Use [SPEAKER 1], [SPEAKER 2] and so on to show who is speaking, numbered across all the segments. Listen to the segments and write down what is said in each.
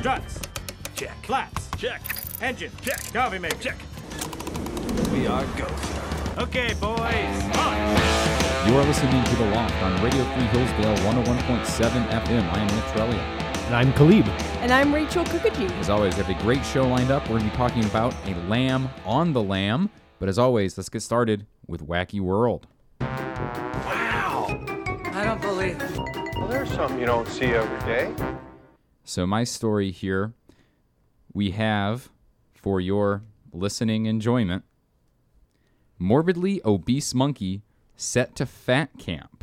[SPEAKER 1] Struts.
[SPEAKER 2] Check.
[SPEAKER 1] Flaps.
[SPEAKER 2] Check.
[SPEAKER 1] Engine.
[SPEAKER 2] Check.
[SPEAKER 1] Coffee maker.
[SPEAKER 2] Check. We are go.
[SPEAKER 1] Okay, boys. On.
[SPEAKER 3] You are listening to The Loft on Radio Free Hillsdale 101.7 FM. I am Nick Trellia.
[SPEAKER 4] And I'm Khalib.
[SPEAKER 5] And I'm Rachel Kukuji.
[SPEAKER 3] As always, we have a great show lined up. We're going to be talking about a lamb on the lamb. But as always, let's get started with Wacky World.
[SPEAKER 6] Well, there's some you don't see every day.
[SPEAKER 3] So, my story here we have for your listening enjoyment morbidly obese monkey set to fat camp.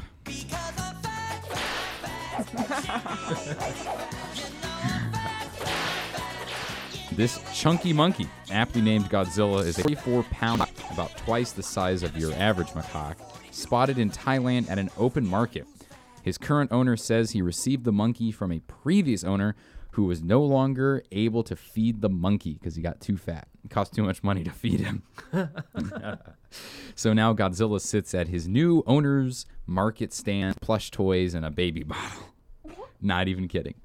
[SPEAKER 3] This chunky monkey, aptly named Godzilla, is a 44 pound, about twice the size of your average macaque, spotted in Thailand at an open market. His current owner says he received the monkey from a previous owner who was no longer able to feed the monkey because he got too fat. It cost too much money to feed him. so now Godzilla sits at his new owner's market stand, plush toys, and a baby bottle. Not even kidding.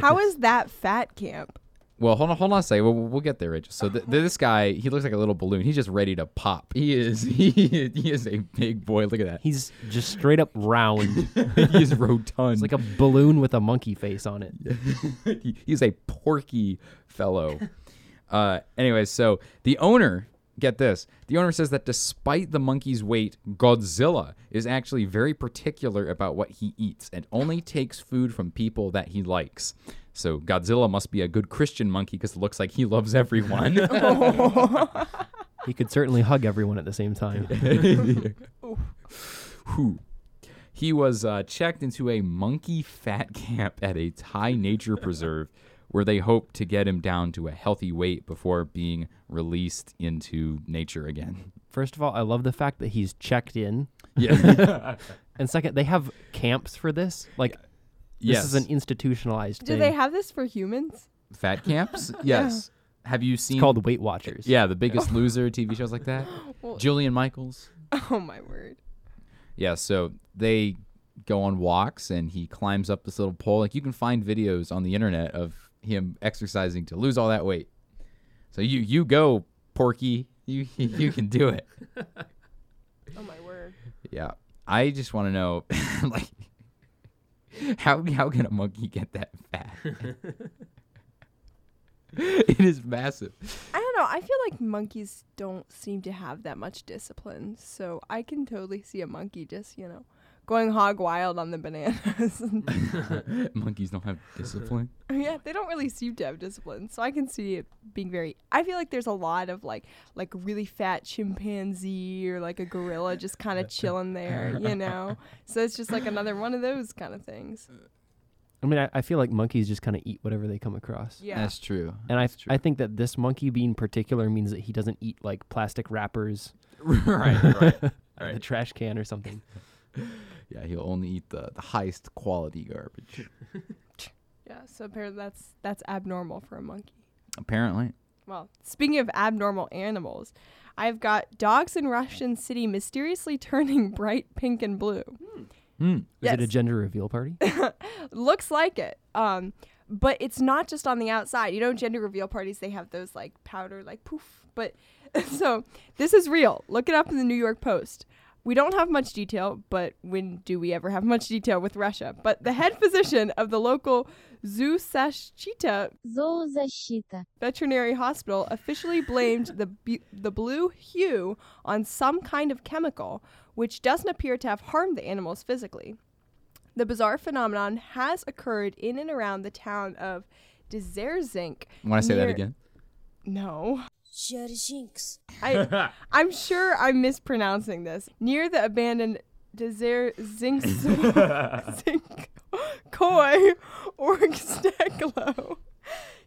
[SPEAKER 5] How is that fat camp?
[SPEAKER 3] Well, hold on, hold on a second. We'll, we'll get there, Rachel. So th- this guy, he looks like a little balloon. He's just ready to pop. He is, he is, he is a big boy. Look at that.
[SPEAKER 4] He's just straight up round.
[SPEAKER 3] He is rotund.
[SPEAKER 4] It's like a balloon with a monkey face on it.
[SPEAKER 3] He- he's a porky fellow. Uh, anyway, so the owner, get this, the owner says that despite the monkey's weight, Godzilla is actually very particular about what he eats and only takes food from people that he likes. So Godzilla must be a good Christian monkey because it looks like he loves everyone.
[SPEAKER 4] He could certainly hug everyone at the same time.
[SPEAKER 3] Who? He was uh, checked into a monkey fat camp at a Thai nature preserve where they hope to get him down to a healthy weight before being released into nature again.
[SPEAKER 4] First of all, I love the fact that he's checked in.
[SPEAKER 3] Yeah.
[SPEAKER 4] And second, they have camps for this. Like,
[SPEAKER 3] yes.
[SPEAKER 4] this is an institutionalized
[SPEAKER 5] Do
[SPEAKER 4] thing.
[SPEAKER 5] they have this for humans?
[SPEAKER 3] fat camps? Yes. Have you seen
[SPEAKER 4] it's called Weight Watchers.
[SPEAKER 3] Yeah, The Biggest Loser TV shows like that?
[SPEAKER 5] Well-
[SPEAKER 3] Julian Michaels?
[SPEAKER 5] Oh my word.
[SPEAKER 3] Yeah, so they go on walks and he climbs up this little pole. Like you can find videos on the internet of him exercising to lose all that weight. So you you go, Porky. You you can do it.
[SPEAKER 5] Oh my word.
[SPEAKER 3] Yeah. I just want to know like how how can a monkey get that fat? it is massive.
[SPEAKER 5] I don't know. I feel like monkeys don't seem to have that much discipline. So I can totally see a monkey just, you know, going hog wild on the bananas.
[SPEAKER 3] Monkeys don't have discipline.
[SPEAKER 5] yeah, they don't really seem to have discipline. So I can see it being very I feel like there's a lot of like like really fat chimpanzee or like a gorilla just kind of chilling there, you know. So it's just like another one of those kind of things.
[SPEAKER 4] I mean, I, I feel like monkeys just kind of eat whatever they come across.
[SPEAKER 5] Yeah.
[SPEAKER 3] That's true.
[SPEAKER 4] And I,
[SPEAKER 3] That's true.
[SPEAKER 4] I think that this monkey being particular means that he doesn't eat like plastic wrappers
[SPEAKER 3] right, right.
[SPEAKER 4] out of the trash can or something.
[SPEAKER 3] Yeah, he'll only eat the, the highest quality garbage.
[SPEAKER 5] Yeah, so apparently that's that's abnormal for a monkey.
[SPEAKER 3] Apparently.
[SPEAKER 5] Well, speaking of abnormal animals, I've got dogs in Russian city mysteriously turning bright pink and blue.
[SPEAKER 4] Hmm. Is it a
[SPEAKER 5] Yes.
[SPEAKER 4] gender reveal party?
[SPEAKER 5] Looks like it. Um, but it's not just on the outside. You know, gender reveal parties they have those like powder like poof. But so this is real. Look it up in the New York Post. We don't have much detail, but when do we ever have much detail with Russia? But the head physician of the local Zusashchita
[SPEAKER 7] Зоозащита.
[SPEAKER 5] veterinary hospital officially blamed the bu- the blue hue on some kind of chemical which doesn't appear to have harmed the animals physically. The bizarre phenomenon has occurred in and around the town of Dezerzink.
[SPEAKER 3] Want to say that
[SPEAKER 5] near-
[SPEAKER 3] again?
[SPEAKER 5] No.
[SPEAKER 7] Жержинкс.
[SPEAKER 5] I, I'm sure I'm mispronouncing this. Near the abandoned Desert Zinc Koi Orgsteclo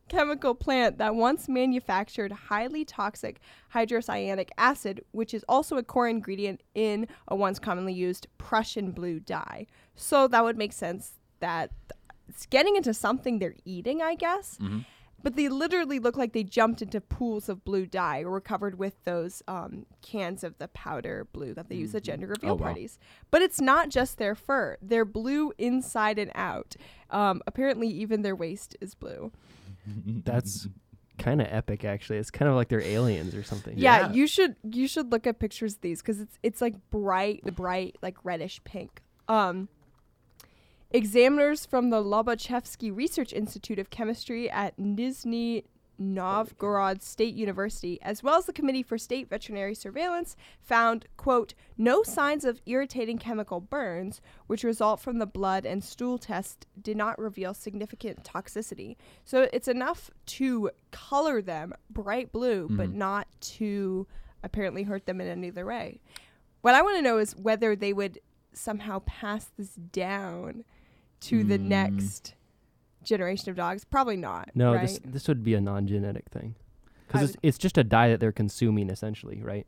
[SPEAKER 5] chemical plant that once manufactured highly toxic hydrocyanic acid, which is also a core ingredient in a once commonly used Prussian blue dye. So that would make sense that it's getting into something they're eating, I guess. But they literally look like they jumped into pools of blue dye or were covered with those um, cans of the powder blue that they use at gender reveal
[SPEAKER 3] Oh, wow.
[SPEAKER 5] parties. But it's not just their fur, they're blue inside and out. Um, apparently, even their waist is blue.
[SPEAKER 4] That's
[SPEAKER 3] Mm-hmm.
[SPEAKER 4] kind of epic, actually. It's kind of like they're aliens or something.
[SPEAKER 5] Yeah,
[SPEAKER 3] Yeah.
[SPEAKER 5] you should you should look at pictures of these because it's it's like bright bright like reddish pink. Um, examiners from the Lobachevsky Research Institute of Chemistry at Nizhny Novgorod State University, as well as the Committee for State Veterinary Surveillance, found quote no signs of irritating chemical burns, which result from the blood and stool test did not reveal significant toxicity. So it's enough to color them bright blue, but not to apparently hurt them in any other way. What I want to know is whether they would somehow pass this down to the next generation of dogs. Probably not.
[SPEAKER 4] No,
[SPEAKER 5] right?
[SPEAKER 4] this this would be a non-genetic thing,
[SPEAKER 5] I
[SPEAKER 4] because it's, it's just a dye that they're consuming essentially, right?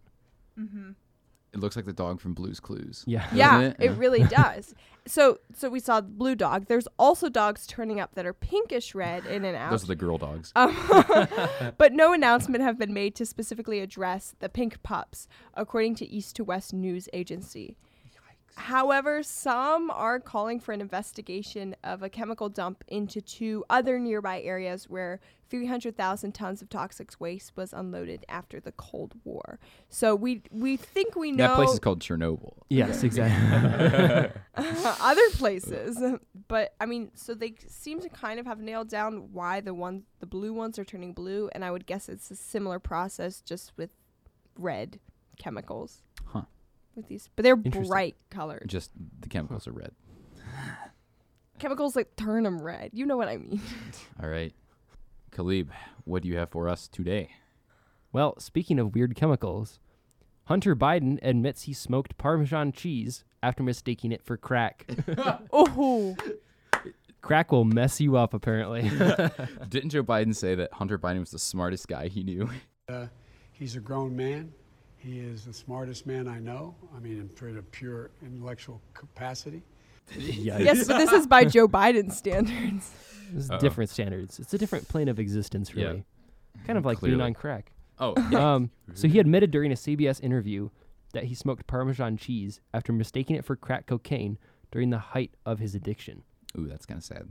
[SPEAKER 3] It looks like the dog from Blue's Clues.
[SPEAKER 4] Yeah.
[SPEAKER 5] yeah,
[SPEAKER 3] doesn't it?
[SPEAKER 5] it really does. So, so we saw the blue dog. There's also dogs turning up that are pinkish red in and out.
[SPEAKER 3] Those are the girl dogs. Uh,
[SPEAKER 5] but no announcement have been made to specifically address the pink pups, according to East to West News Agency. However, some are calling for an investigation of a chemical dump into two other nearby areas where 300,000 tons of toxic waste was unloaded after the Cold War. So we we think we know
[SPEAKER 3] That place is called Chernobyl.
[SPEAKER 4] Yes, exactly.
[SPEAKER 5] other places. But I mean, so they seem to kind of have nailed down why the ones the blue ones are turning blue, and I would guess it's a similar process just with red chemicals.
[SPEAKER 3] Huh.
[SPEAKER 5] With these, but they're
[SPEAKER 4] Interesting.
[SPEAKER 5] bright colored
[SPEAKER 3] Just the chemicals are red.
[SPEAKER 5] chemicals that turn them red. You know what I mean?
[SPEAKER 3] All right. Khalib, what do you have for us today?
[SPEAKER 4] well, speaking of weird chemicals, Hunter Biden admits he smoked Parmesan cheese after mistaking it for crack.
[SPEAKER 5] oh,
[SPEAKER 4] crack will mess you up, apparently.
[SPEAKER 3] Didn't Joe Biden say that Hunter Biden was the smartest guy he knew?
[SPEAKER 8] He's a grown man. He is the smartest man I know. I mean, in terms of pure intellectual capacity.
[SPEAKER 5] yes, but this is by Joe Biden standards.
[SPEAKER 4] It's different standards. It's a different plane of existence,
[SPEAKER 3] Yeah.
[SPEAKER 4] really. Kind of like being
[SPEAKER 3] Clearly.
[SPEAKER 4] on crack.
[SPEAKER 3] Oh,
[SPEAKER 4] Um, so he admitted during a CBS interview that he smoked Parmesan cheese after mistaking it for crack cocaine during the height of his addiction.
[SPEAKER 3] ooh, that's kind of sad.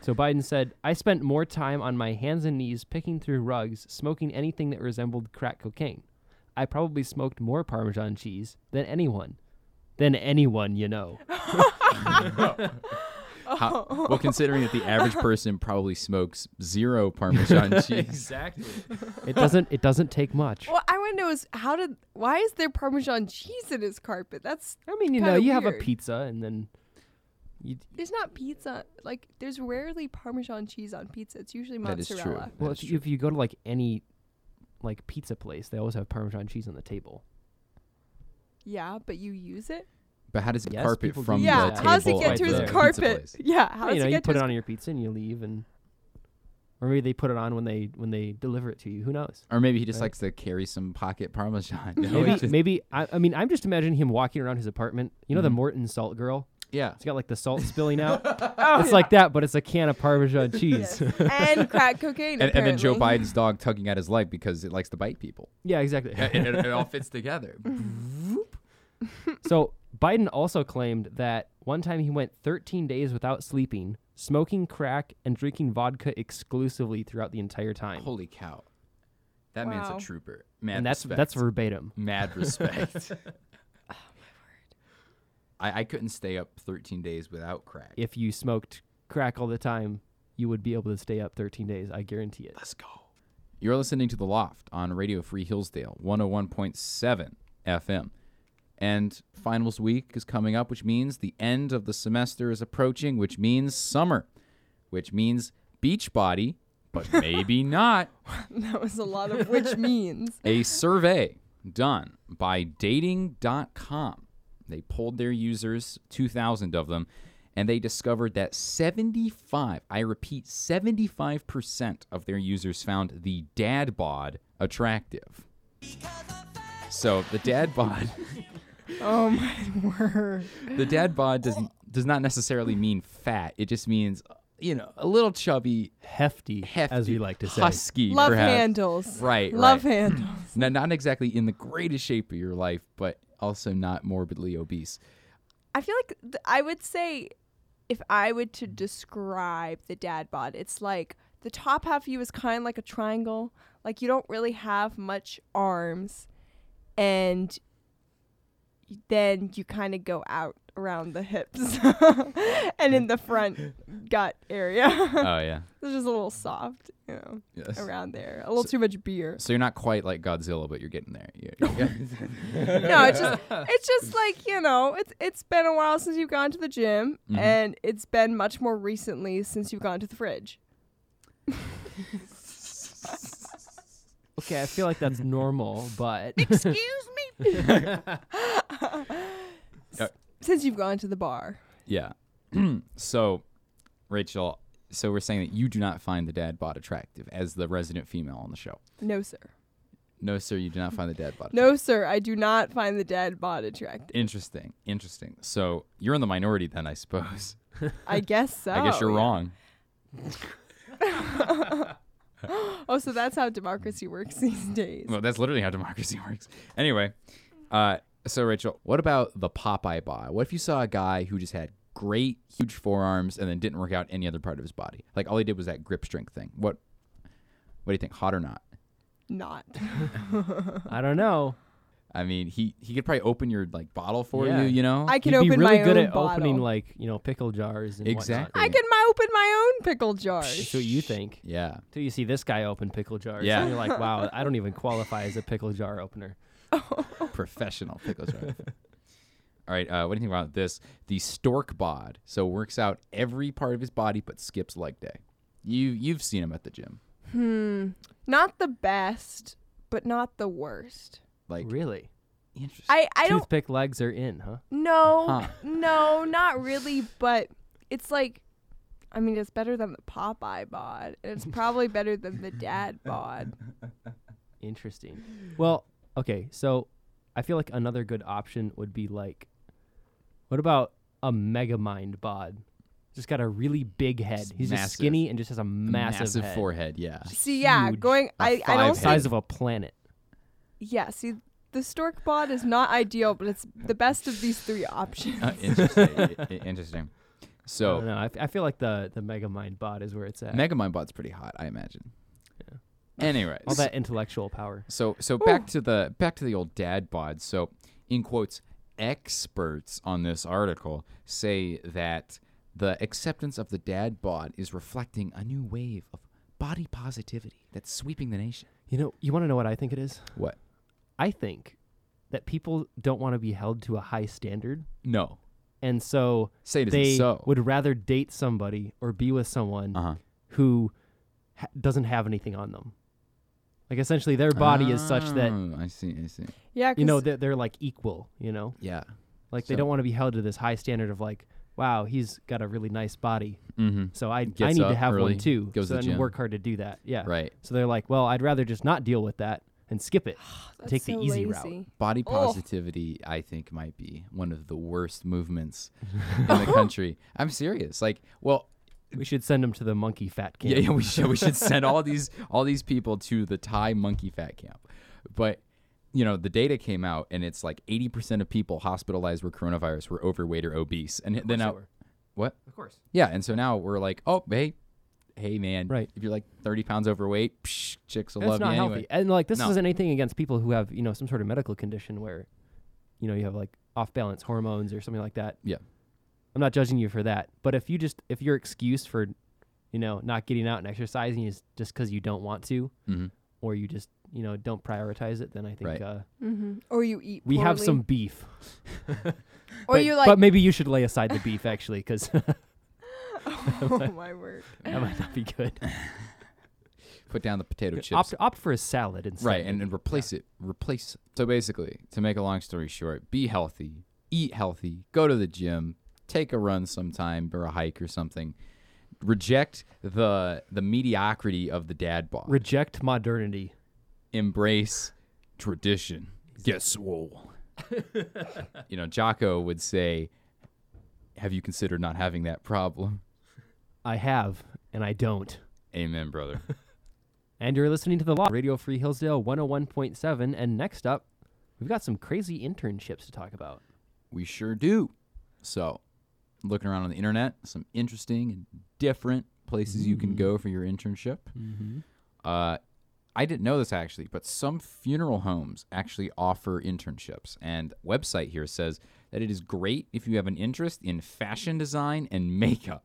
[SPEAKER 4] So Biden said, I spent more time on my hands and knees picking through rugs, smoking anything that resembled crack cocaine. I probably smoked more Parmesan cheese than anyone. Than anyone, you know.
[SPEAKER 3] How- well, considering that the average person probably smokes zero Parmesan cheese,
[SPEAKER 4] Exactly. It doesn't it doesn't take much.
[SPEAKER 5] What I want to know is how did why is there Parmesan cheese in his carpet? That's
[SPEAKER 4] I mean, you know,
[SPEAKER 5] kinda
[SPEAKER 4] you have a
[SPEAKER 5] weird.
[SPEAKER 4] pizza and then you
[SPEAKER 5] There's not pizza like there's rarely Parmesan cheese on pizza. It's usually
[SPEAKER 3] That is
[SPEAKER 5] mozzarella.
[SPEAKER 3] true.
[SPEAKER 4] well,
[SPEAKER 3] That's
[SPEAKER 4] if, you- if you go to like any like pizza place, they always have Parmesan cheese on the table.
[SPEAKER 5] Yeah, but you use it.
[SPEAKER 3] but how does it
[SPEAKER 4] Yes,
[SPEAKER 3] carpet
[SPEAKER 4] people do
[SPEAKER 3] from
[SPEAKER 4] that.
[SPEAKER 5] Yeah,
[SPEAKER 3] the
[SPEAKER 5] how does he
[SPEAKER 3] table
[SPEAKER 5] get
[SPEAKER 3] of
[SPEAKER 5] to
[SPEAKER 3] the
[SPEAKER 5] his
[SPEAKER 3] pizza
[SPEAKER 5] carpet?
[SPEAKER 3] place?
[SPEAKER 5] Yeah, how does
[SPEAKER 4] you know,
[SPEAKER 5] he
[SPEAKER 4] you
[SPEAKER 5] get
[SPEAKER 4] put
[SPEAKER 5] to
[SPEAKER 4] it
[SPEAKER 5] his
[SPEAKER 4] on your pizza and you leave, and or maybe they put it on when they when they deliver it to you. Who knows?
[SPEAKER 3] Or maybe he just
[SPEAKER 4] Right.
[SPEAKER 3] likes to carry some pocket Parmesan. No,
[SPEAKER 4] Maybe
[SPEAKER 3] it's just-
[SPEAKER 4] maybe I, I mean I'm just imagining him walking around his apartment. You know
[SPEAKER 3] Mm-hmm.
[SPEAKER 4] the Morton salt girl.
[SPEAKER 3] yeah.
[SPEAKER 4] It's got like the salt spilling out. it's like that, but it's a can of Parmesan cheese.
[SPEAKER 5] and crack cocaine?
[SPEAKER 3] And, and then Joe
[SPEAKER 5] apparently.
[SPEAKER 3] Biden's dog tugging at his leg because it likes to bite people.
[SPEAKER 4] yeah, exactly.
[SPEAKER 3] it, it- it all fits together.
[SPEAKER 4] So Biden also claimed that one time he went 13 days without sleeping, smoking crack, and drinking vodka exclusively throughout the entire time.
[SPEAKER 3] Holy cow. That man's
[SPEAKER 5] Wow.
[SPEAKER 3] a trooper. Mad
[SPEAKER 4] and that's
[SPEAKER 3] respect.
[SPEAKER 4] that's verbatim.
[SPEAKER 3] mad respect. oh my word. I, I couldn't stay up 13 days without crack.
[SPEAKER 4] If you smoked crack all the time, you would be able to stay up 13 days. I guarantee it.
[SPEAKER 3] Let's go. You're listening to The Loft on Radio Free Hillsdale, 101.7 FM. And finals week is coming up, which means the end of the semester is approaching, which means summer, which means beach body, but maybe not.
[SPEAKER 5] that was a lot of which means.
[SPEAKER 3] A survey done by dating.com. They polled their users, 2,000 of them, and they discovered that 75, I repeat, 75% of their users found the dad bod attractive. So the dad bod,
[SPEAKER 5] Oh my word!
[SPEAKER 3] the dad bod does does not necessarily mean fat. It just means you know a little chubby,
[SPEAKER 4] Hefty,
[SPEAKER 3] hefty,
[SPEAKER 4] as we like to say.
[SPEAKER 3] husky,
[SPEAKER 5] Love
[SPEAKER 3] perhaps.
[SPEAKER 5] handles.
[SPEAKER 3] Right,
[SPEAKER 5] Love
[SPEAKER 3] right.
[SPEAKER 5] handles.
[SPEAKER 3] Now, not exactly in the greatest shape of your life, but also not morbidly obese.
[SPEAKER 5] I feel like th- I would say if I were to describe the dad bod, it's like the top half of you is kind of like a triangle. Like you don't really have much arms, and y- then you kind of go out around the hips and in the front gut area.
[SPEAKER 3] Oh yeah.
[SPEAKER 5] it's just a little soft, you know,
[SPEAKER 3] Yes.
[SPEAKER 5] around there. A little too much beer.
[SPEAKER 3] So you're not quite like Godzilla, but you're getting there. You- you-
[SPEAKER 5] no, it's just it's just like you know, it's it's been a while since you've gone to the gym, and it's been much more recently since you've gone to the fridge.
[SPEAKER 4] Okay, I feel like that's normal, but
[SPEAKER 5] Excuse me. S- since you've gone to the bar,
[SPEAKER 3] yeah. so, Rachel, so we're saying that you do not find the dad bod attractive as the resident female on the show.
[SPEAKER 5] no sir,
[SPEAKER 3] No, sir, you do not find the dad bod.
[SPEAKER 5] no sir, I do not find the dad bod attractive.
[SPEAKER 3] Interesting. Interesting. So you're in the minority then, I suppose.
[SPEAKER 5] I guess so.
[SPEAKER 3] I guess you're
[SPEAKER 5] yeah.
[SPEAKER 3] wrong.
[SPEAKER 5] Oh, so that's how democracy works these days.
[SPEAKER 3] Well, that's literally how democracy works. Anyway, uh, so Rachel, what about the Popeye bod? What if you saw a guy who just had great, huge forearms and then didn't work out any other part of his body? Like all he did was that grip strength thing. What? What do you think? Hot or not?
[SPEAKER 5] Not.
[SPEAKER 4] I don't know.
[SPEAKER 3] I mean, he he could probably open your like bottle for
[SPEAKER 4] Yeah.
[SPEAKER 3] you. You know?
[SPEAKER 5] I can
[SPEAKER 4] You'd be
[SPEAKER 5] open
[SPEAKER 4] really
[SPEAKER 5] my
[SPEAKER 4] good
[SPEAKER 5] own
[SPEAKER 4] at
[SPEAKER 5] bottle.
[SPEAKER 4] opening like you know pickle jars and whatnot.
[SPEAKER 3] exactly.
[SPEAKER 5] I can my open my own pickle jars.
[SPEAKER 4] That's what you think.
[SPEAKER 3] Yeah.
[SPEAKER 4] Till you see this guy open pickle jars,
[SPEAKER 3] Yeah.
[SPEAKER 4] and you're like, wow, I don't even qualify as a pickle jar opener.
[SPEAKER 5] Oh.
[SPEAKER 3] professional pickles jar. All right, uh, what do you think about this? The stork bod, so works out every part of his body but skips leg day. You you've seen him at the gym,
[SPEAKER 5] Not the best, but not the worst.
[SPEAKER 3] like
[SPEAKER 4] Really?
[SPEAKER 3] interesting.
[SPEAKER 5] I I don't
[SPEAKER 4] Toothpick legs are in, huh?
[SPEAKER 5] No,
[SPEAKER 3] Huh.
[SPEAKER 5] no, not really. But it's like, I mean, it's better than the Popeye bod. and It's probably better than the Dad bod.
[SPEAKER 4] Interesting. Well, okay, so I feel like another good option would be like, what about a Megamind bod? Just got a really big head. He's
[SPEAKER 3] massive.
[SPEAKER 4] just skinny and just has a massive, head.
[SPEAKER 3] forehead. Yeah,
[SPEAKER 5] See, yeah,
[SPEAKER 4] Huge.
[SPEAKER 5] going. I
[SPEAKER 3] five
[SPEAKER 5] I don't.
[SPEAKER 4] The
[SPEAKER 5] Think,
[SPEAKER 4] size of a planet.
[SPEAKER 5] yeah, see, the stork bod is not ideal, but it's the best of these three options.
[SPEAKER 3] Uh, interesting. I- I- interesting.
[SPEAKER 4] I don't
[SPEAKER 3] So
[SPEAKER 4] know. I, f- I feel like the the Megamind bod is where it's at.
[SPEAKER 3] Megamind bod's pretty hot, I imagine. Yeah. Anyways,
[SPEAKER 4] All that intellectual power.
[SPEAKER 3] So so back to the back to the old dad bod. So in quotes, experts on this article say that the acceptance of the dad bod is reflecting a new wave of body positivity that's sweeping the nation.
[SPEAKER 4] You know, you want to know what I think it is?
[SPEAKER 3] What?
[SPEAKER 4] I think that people don't want to be held to a high standard,
[SPEAKER 3] No.
[SPEAKER 4] and so
[SPEAKER 3] Say it isn't
[SPEAKER 4] they
[SPEAKER 3] so.
[SPEAKER 4] would rather date somebody or be with someone
[SPEAKER 3] Uh-huh.
[SPEAKER 4] who ha- doesn't have anything on them. Like essentially, their body is such that
[SPEAKER 3] Oh, I see, I see.
[SPEAKER 5] yeah,
[SPEAKER 4] you know
[SPEAKER 5] 'cause-
[SPEAKER 4] they're, they're like equal. You know,
[SPEAKER 3] Yeah.
[SPEAKER 4] like they
[SPEAKER 3] So-
[SPEAKER 4] don't want to be held to this high standard of like, wow, he's got a really nice body,
[SPEAKER 3] Mm-hmm.
[SPEAKER 4] so I I
[SPEAKER 3] Gets
[SPEAKER 4] need
[SPEAKER 3] up
[SPEAKER 4] to have
[SPEAKER 3] early,
[SPEAKER 4] one too.
[SPEAKER 3] goes
[SPEAKER 4] so
[SPEAKER 3] to the
[SPEAKER 4] then
[SPEAKER 3] gym.
[SPEAKER 4] work hard to do that. Yeah,
[SPEAKER 3] Right.
[SPEAKER 4] So they're like, well, I'd rather just not deal with that and skip it,
[SPEAKER 5] that's
[SPEAKER 4] take
[SPEAKER 5] so
[SPEAKER 4] the easy route.
[SPEAKER 5] lazy.
[SPEAKER 3] Body
[SPEAKER 5] Oh.
[SPEAKER 3] positivity, I think, might be one of the worst movements in the country. I'm serious. Like, well,
[SPEAKER 4] We should send him to the monkey fat camp.
[SPEAKER 3] Yeah, yeah, we should we should send all these all these people to the Thai monkey fat camp. But you know, the data came out and it's like 80% of people hospitalized with coronavirus were overweight or obese. And then now what?
[SPEAKER 4] Of course.
[SPEAKER 3] Yeah, and so now we're like, "Oh, hey, hey man,
[SPEAKER 4] Right.
[SPEAKER 3] if you're like 30 pounds overweight, psh, chicks will
[SPEAKER 4] That's
[SPEAKER 3] love
[SPEAKER 4] not
[SPEAKER 3] you
[SPEAKER 4] healthy.
[SPEAKER 3] anyway."
[SPEAKER 4] And like this
[SPEAKER 3] No.
[SPEAKER 4] isn't anything against people who have, you know, some sort of medical condition where, you know, you have like off balance hormones or something like that.
[SPEAKER 3] Yeah.
[SPEAKER 4] I'm not judging you for that. But if you just if your excuse for, you know, not getting out and exercising is just because you don't want to
[SPEAKER 3] Mhm.
[SPEAKER 4] or you just, you know, don't prioritize it, then I think
[SPEAKER 3] Right.
[SPEAKER 4] uh,
[SPEAKER 5] Mm-hmm. Or you eat.
[SPEAKER 4] we have
[SPEAKER 5] poorly,
[SPEAKER 4] some beef.
[SPEAKER 5] Or
[SPEAKER 4] but,
[SPEAKER 5] you like.
[SPEAKER 4] but maybe you should lay aside the beef actually cuz that
[SPEAKER 5] oh my word.
[SPEAKER 4] might not be good.
[SPEAKER 3] Put down the potato chips.
[SPEAKER 4] Opt, opt for a salad instead.
[SPEAKER 3] right, and,
[SPEAKER 4] maybe.
[SPEAKER 3] and replace it. Replace. So basically, to make a long story short, be healthy, eat healthy, go to the gym, take a run sometime or a hike or something. Reject the the mediocrity of the dad bod.
[SPEAKER 4] reject modernity.
[SPEAKER 3] Embrace tradition. Get swole. you know, Jocko would say, "Have you considered not having that problem?"
[SPEAKER 4] I have and I don't.
[SPEAKER 3] Amen, brother.
[SPEAKER 4] And you're listening to the Law Radio Free Hillsdale 101.7. And next up, we've got some crazy internships to talk about.
[SPEAKER 3] we sure do. So, looking around on the internet, some interesting and different places you
[SPEAKER 4] Mm-hmm.
[SPEAKER 3] can go for your internship. Uh, I didn't know this actually, but some funeral homes actually offer internships. And website here says that it is great if you have an interest in fashion design and makeup.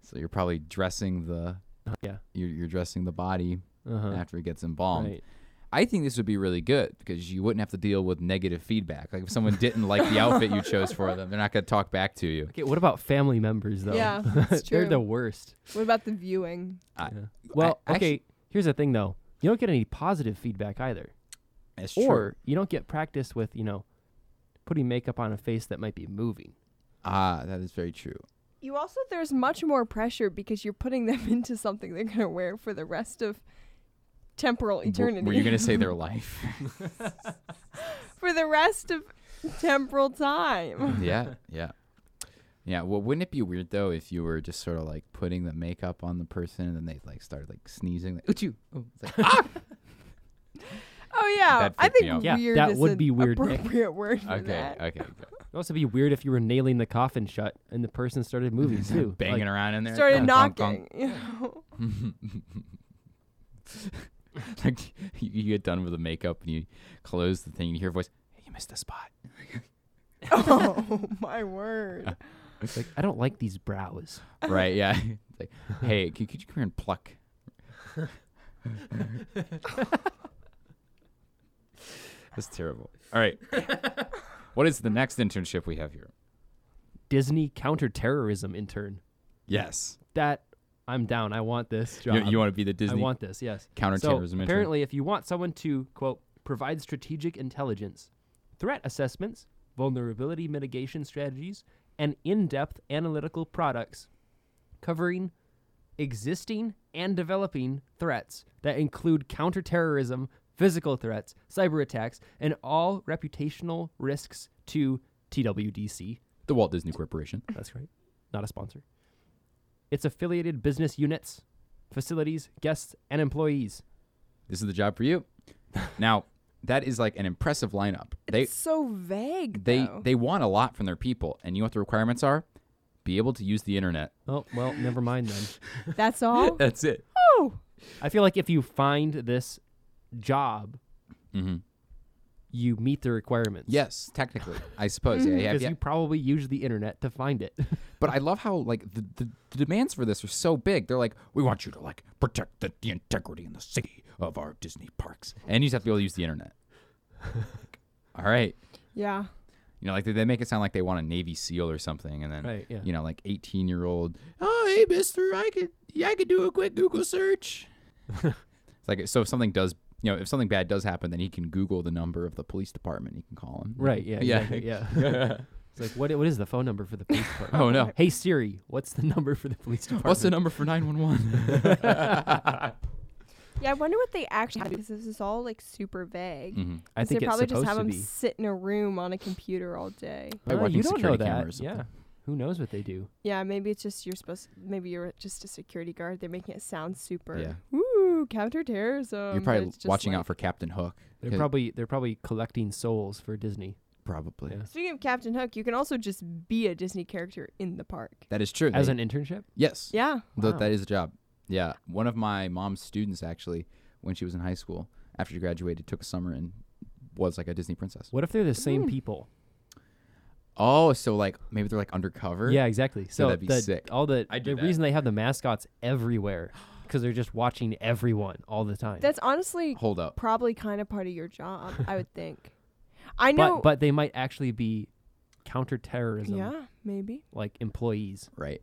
[SPEAKER 3] So you're probably dressing the
[SPEAKER 4] Yeah.
[SPEAKER 3] you're, you're dressing the body
[SPEAKER 4] Uh-huh.
[SPEAKER 3] after it gets embalmed.
[SPEAKER 4] Right.
[SPEAKER 3] I think this would be really good because you wouldn't have to deal with negative feedback. Like if someone didn't like the outfit you chose for them, they're not going to talk back to you.
[SPEAKER 4] Okay, what about family members though?
[SPEAKER 5] Yeah, that's
[SPEAKER 4] They're the
[SPEAKER 5] true.
[SPEAKER 4] worst.
[SPEAKER 5] What about the viewing?
[SPEAKER 3] I-
[SPEAKER 4] Well,
[SPEAKER 3] I-
[SPEAKER 4] okay,
[SPEAKER 3] actu-
[SPEAKER 4] here's the thing though. You don't get any positive feedback either.
[SPEAKER 3] That's
[SPEAKER 4] Or you don't get practice with, you know, putting makeup on a face that might be moving.
[SPEAKER 3] ah, that is very true.
[SPEAKER 5] You also there's much more pressure because you're putting them into something they're gonna wear for the rest of temporal
[SPEAKER 3] W-
[SPEAKER 5] eternity.
[SPEAKER 3] Were you going to say their life?
[SPEAKER 5] for the rest of temporal time?
[SPEAKER 3] yeah, yeah, yeah. Well, wouldn't it be weird though if you were just sort of like putting the makeup on the person and then they like started like sneezing, like "Ooh, ooh." It's like, ah!
[SPEAKER 5] Oh yeah,
[SPEAKER 3] That
[SPEAKER 5] I
[SPEAKER 3] freaked me
[SPEAKER 5] think
[SPEAKER 3] out.
[SPEAKER 4] Yeah,
[SPEAKER 5] weird.
[SPEAKER 4] that
[SPEAKER 5] is
[SPEAKER 4] would
[SPEAKER 5] an
[SPEAKER 4] be weird, Nick.
[SPEAKER 5] Appropriate word for
[SPEAKER 3] okay, Uh,
[SPEAKER 5] that.
[SPEAKER 3] okay, good.
[SPEAKER 4] It'd also be weird if you were nailing the coffin shut and the person started moving too.
[SPEAKER 3] banging
[SPEAKER 4] Like,
[SPEAKER 3] around in there,
[SPEAKER 5] Started
[SPEAKER 3] Gong, gong,
[SPEAKER 5] knocking. You know?
[SPEAKER 3] gong. like you, you get done with the makeup and you close the thing, and you hear a voice, "Hey, you missed a spot."
[SPEAKER 5] oh my word!
[SPEAKER 4] it's like, I don't like these brows.
[SPEAKER 3] right? Yeah. It's like, hey, could, could you come here and pluck? That's terrible. All right. what is the next internship we have here?
[SPEAKER 4] Disney counterterrorism intern.
[SPEAKER 3] Yes.
[SPEAKER 4] That I'm down. I want this job.
[SPEAKER 3] You, want to be the
[SPEAKER 4] I
[SPEAKER 3] Disney?
[SPEAKER 4] want this. Yes.
[SPEAKER 3] counterterrorism
[SPEAKER 4] So
[SPEAKER 3] intern.
[SPEAKER 4] apparently, if you want someone to quote provide strategic intelligence, threat assessments, vulnerability mitigation strategies, and in-depth analytical products covering existing and developing threats that include counterterrorism, physical threats, cyber attacks, and all reputational risks to TWDC.
[SPEAKER 3] the Walt Disney Corporation.
[SPEAKER 4] That's right. Not a sponsor. It's affiliated business units, facilities, guests, and employees.
[SPEAKER 3] This is the job for you. Now, that is like an impressive lineup. They
[SPEAKER 5] it's so vague.
[SPEAKER 3] they
[SPEAKER 5] though.
[SPEAKER 3] they want a lot from their people, and you know what the requirements are? Be able to use the internet.
[SPEAKER 4] Oh, well, never mind then.
[SPEAKER 5] That's all.
[SPEAKER 3] That's it.
[SPEAKER 5] oh,
[SPEAKER 4] I feel like if you find this job,
[SPEAKER 3] Mhm.
[SPEAKER 4] you meet the requirements.
[SPEAKER 3] Yes, technically, I suppose. Yeah, yeah,
[SPEAKER 4] Because
[SPEAKER 3] yeah.
[SPEAKER 4] you probably use the internet to find it.
[SPEAKER 3] But I love how like the, the, the demands for this are so big. They're like, we want you to like protect the, the integrity and the safety of our Disney parks, and you just have to be able to use the internet. All right,
[SPEAKER 5] yeah.
[SPEAKER 3] you know, like they, they make it sound like they want a Navy SEAL or something, and then
[SPEAKER 4] Right, yeah.
[SPEAKER 3] you know, like eighteen year old, oh hey Mister, I could yeah, I could do a quick Google search. it's like so if something does. You know, if something bad does happen, then he can Google the number of the police department. He can call him.
[SPEAKER 4] right, yeah.
[SPEAKER 3] Yeah.
[SPEAKER 4] exactly, yeah. it's like, what, what is the phone number for the police department?
[SPEAKER 3] Oh, no.
[SPEAKER 4] Hey, Siri, what's the number for the police department?
[SPEAKER 3] What's the number for nine one one?
[SPEAKER 5] Yeah, I wonder what they actually do because this is all like super vague.
[SPEAKER 3] Mm, Mm-hmm.
[SPEAKER 4] I think
[SPEAKER 5] they
[SPEAKER 4] it's
[SPEAKER 5] probably just
[SPEAKER 4] supposed
[SPEAKER 5] have
[SPEAKER 4] to
[SPEAKER 5] them
[SPEAKER 4] be.
[SPEAKER 5] sit in a room on a computer all day.
[SPEAKER 3] By
[SPEAKER 4] Uh,
[SPEAKER 3] watching
[SPEAKER 4] you don't know
[SPEAKER 3] security
[SPEAKER 4] that.
[SPEAKER 3] cameras or
[SPEAKER 4] Yeah.
[SPEAKER 3] something.
[SPEAKER 4] Who knows what they do?
[SPEAKER 5] Yeah, maybe it's just you're supposed. Maybe you're just a security guard. They're making it sound super.
[SPEAKER 3] Yeah.
[SPEAKER 5] Ooh, counterterrorism.
[SPEAKER 3] You're
[SPEAKER 5] Um, but
[SPEAKER 3] probably
[SPEAKER 5] it's just
[SPEAKER 3] watching
[SPEAKER 5] like-
[SPEAKER 3] out for Captain Hook.
[SPEAKER 4] They're
[SPEAKER 3] 'cause-
[SPEAKER 4] probably they're probably collecting souls for Disney.
[SPEAKER 3] Probably.
[SPEAKER 4] Yeah.
[SPEAKER 5] Speaking of Captain Hook, you can also just be a Disney character in the park.
[SPEAKER 3] That is true.
[SPEAKER 4] As
[SPEAKER 3] They-
[SPEAKER 4] an internship?
[SPEAKER 3] yes.
[SPEAKER 5] Yeah.
[SPEAKER 3] Th-
[SPEAKER 4] Wow.
[SPEAKER 3] that is a job. Yeah. One of my mom's students actually, when she was in high school, after she graduated, took a summer and was like a Disney princess.
[SPEAKER 4] What if they're the same
[SPEAKER 3] Hmm.
[SPEAKER 4] people?
[SPEAKER 3] Oh, so like maybe they're like undercover.
[SPEAKER 4] Yeah, exactly. So,
[SPEAKER 3] that'd be
[SPEAKER 4] the,
[SPEAKER 3] sick.
[SPEAKER 4] All the
[SPEAKER 3] I'd do
[SPEAKER 4] the
[SPEAKER 3] that.
[SPEAKER 4] reason they have the mascots everywhere because they're just watching everyone all the time.
[SPEAKER 5] That's honestly
[SPEAKER 3] Hold up.
[SPEAKER 5] probably kind of part of your job, I would think. I
[SPEAKER 4] but
[SPEAKER 5] know.
[SPEAKER 4] but they might actually be counterterrorism
[SPEAKER 5] yeah, maybe.
[SPEAKER 4] like employees.
[SPEAKER 3] Right.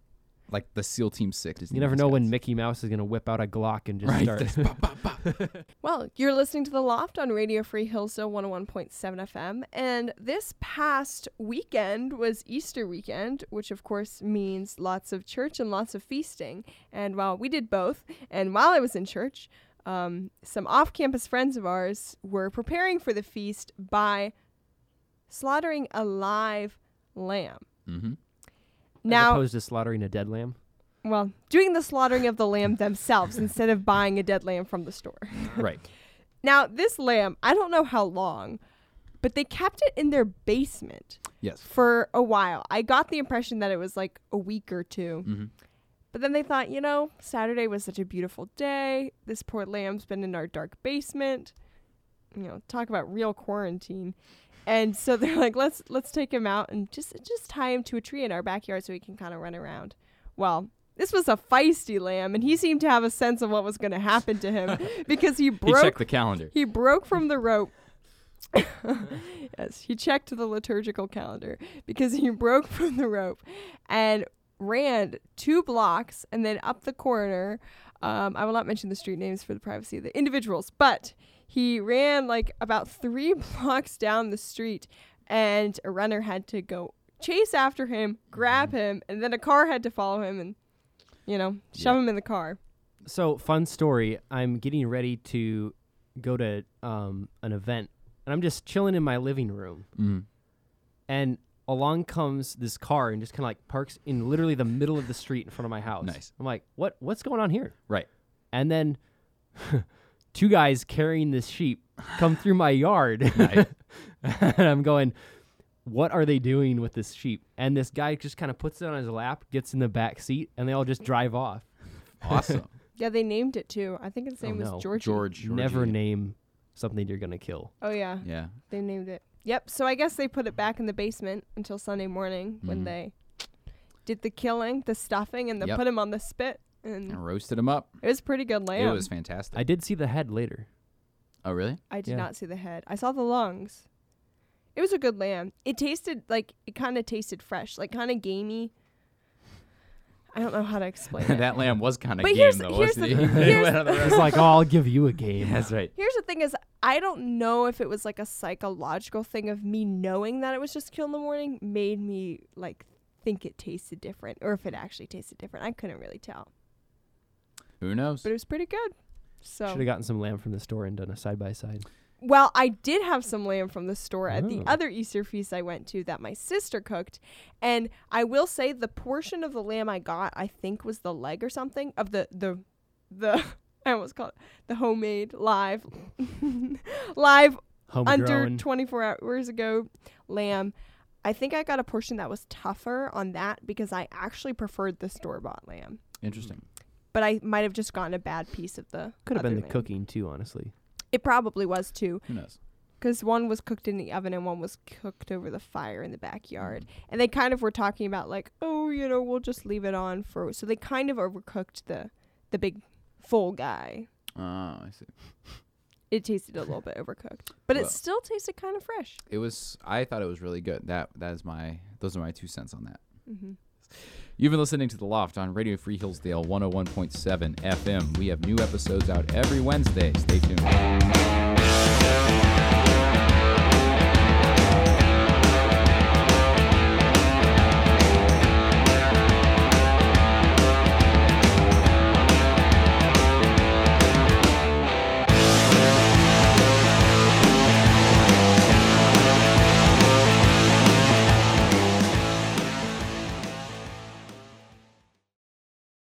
[SPEAKER 3] Like the SEAL Team Six. Disney
[SPEAKER 4] You never know when
[SPEAKER 3] mascots.
[SPEAKER 4] Mickey Mouse is gonna whip out a Glock and just
[SPEAKER 3] Right. That's
[SPEAKER 4] start.
[SPEAKER 3] pop, pop, pop.
[SPEAKER 5] Well, you're listening to The Loft on Radio Free uh, Hillsdale 101.7 FM. And this past weekend was Easter weekend, which of course means lots of church and lots of feasting. And while we did both, and while I was in church, um, some off campus friends of ours were preparing for the feast by slaughtering a live lamb.
[SPEAKER 3] Mhm.
[SPEAKER 4] As
[SPEAKER 5] Now,
[SPEAKER 4] opposed to slaughtering a dead lamb.
[SPEAKER 5] well, doing the slaughtering of the lamb themselves instead of buying a dead lamb from the store.
[SPEAKER 3] right.
[SPEAKER 5] Now, this lamb, I don't know how long, but they kept it in their basement.
[SPEAKER 3] Yes.
[SPEAKER 5] for a while. I got the impression that it was like a week or 2 But then they thought, you know, Saturday was such a beautiful day. This poor lamb's been in our dark basement. You know, talk about real quarantine. And so they're like, let's let's take him out and just just tie him to a tree in our backyard so he can kind of run around. Well, this was a feisty lamb, and he seemed to have a sense of what was going to happen to him because he
[SPEAKER 3] He
[SPEAKER 5] broke
[SPEAKER 3] checked the calendar.
[SPEAKER 5] he broke from the rope. yes, he checked the liturgical calendar because he broke from the rope and ran two blocks and then up the corner. Um, I will not mention the street names for the privacy of the individuals, but he ran like about three blocks down the street, and a runner had to go chase after him, grab him, and then a car had to follow him and, you know, shove him in the car.
[SPEAKER 4] So, fun story. I'm getting ready to go to um, an event, and I'm just chilling in my living room.
[SPEAKER 3] Mhm.
[SPEAKER 4] And along comes this car and just kind of like parks in literally the middle of the street in front of my house.
[SPEAKER 3] Nice.
[SPEAKER 4] I'm like, what? What's going on here?
[SPEAKER 3] Right.
[SPEAKER 4] And then two guys carrying this sheep come through my yard,
[SPEAKER 3] Nice.
[SPEAKER 4] and I'm going, what are they doing with this sheep? And this guy just kind of puts it on his lap, gets in the back seat, and they all just drive off.
[SPEAKER 3] Awesome.
[SPEAKER 5] Yeah, they named it too. I think his
[SPEAKER 4] Oh,
[SPEAKER 5] name
[SPEAKER 4] no.
[SPEAKER 5] was George.
[SPEAKER 3] George.
[SPEAKER 4] Never
[SPEAKER 3] Georgie.
[SPEAKER 4] name something you're gonna kill.
[SPEAKER 5] Oh yeah.
[SPEAKER 3] Yeah.
[SPEAKER 5] They named it. Yep. So I guess they put it back in the basement until Sunday morning when they did the killing, the stuffing, and they
[SPEAKER 3] Mm-hmm. Yep.
[SPEAKER 5] put him on the spit. And
[SPEAKER 3] And roasted him up.
[SPEAKER 5] it was pretty good lamb.
[SPEAKER 3] It was fantastic.
[SPEAKER 4] I did see the head later.
[SPEAKER 3] oh, really?
[SPEAKER 5] I did
[SPEAKER 4] yeah.
[SPEAKER 5] not see the head. I saw the lungs. It was a good lamb. It tasted like it kind of tasted fresh, like kind of gamey. I don't know how to explain it.
[SPEAKER 3] that lamb was kind of
[SPEAKER 5] But
[SPEAKER 3] game,
[SPEAKER 5] here's-
[SPEAKER 3] though,
[SPEAKER 5] here's
[SPEAKER 3] wasn't
[SPEAKER 5] the-
[SPEAKER 3] he? He
[SPEAKER 5] here's-
[SPEAKER 3] went on the road.
[SPEAKER 4] It's like, oh, I'll give you a game.
[SPEAKER 3] That's right.
[SPEAKER 5] Here's the thing is I don't know if it was like a psychological thing of me knowing that it was just kill in the morning made me like think it tasted different or if it actually tasted different. I couldn't really tell.
[SPEAKER 3] Who knows?
[SPEAKER 5] But it was pretty good.
[SPEAKER 4] Should
[SPEAKER 5] So
[SPEAKER 4] have gotten some lamb from the store and done a side by side.
[SPEAKER 5] well, I did have some lamb from the store at the
[SPEAKER 4] Oh.
[SPEAKER 5] other Easter feast I went to that my sister cooked. And I will say the portion of the lamb I got, I think was the leg or something of the the the I almost called it the homemade live live under
[SPEAKER 4] Homegrown.
[SPEAKER 5] 24 hours ago lamb. I think I got a portion that was tougher on that because I actually preferred the store bought lamb,
[SPEAKER 3] Interesting.
[SPEAKER 5] but I might have just gotten a bad piece of the.
[SPEAKER 4] Could have been
[SPEAKER 5] other
[SPEAKER 4] the
[SPEAKER 5] lamb.
[SPEAKER 4] cooking too, honestly.
[SPEAKER 5] It probably was too,
[SPEAKER 3] Who knows?
[SPEAKER 5] because one was cooked in the oven and one was cooked over the fire in the backyard,
[SPEAKER 4] Mm.
[SPEAKER 5] and they kind of were talking about like, oh, you know, we'll just leave it on for. So they kind of overcooked the the big full guy.
[SPEAKER 3] Oh, I see.
[SPEAKER 5] It tasted a little bit overcooked, but
[SPEAKER 3] Well-
[SPEAKER 5] it still tasted kind of fresh.
[SPEAKER 3] It was. I thought it was really good. That that is my. Those are my two cents on that.
[SPEAKER 5] hmm
[SPEAKER 3] You've been listening to The Loft on Radio oh Free Hillsdale 101.7 FM. We have new episodes out every Wednesday. Stay tuned.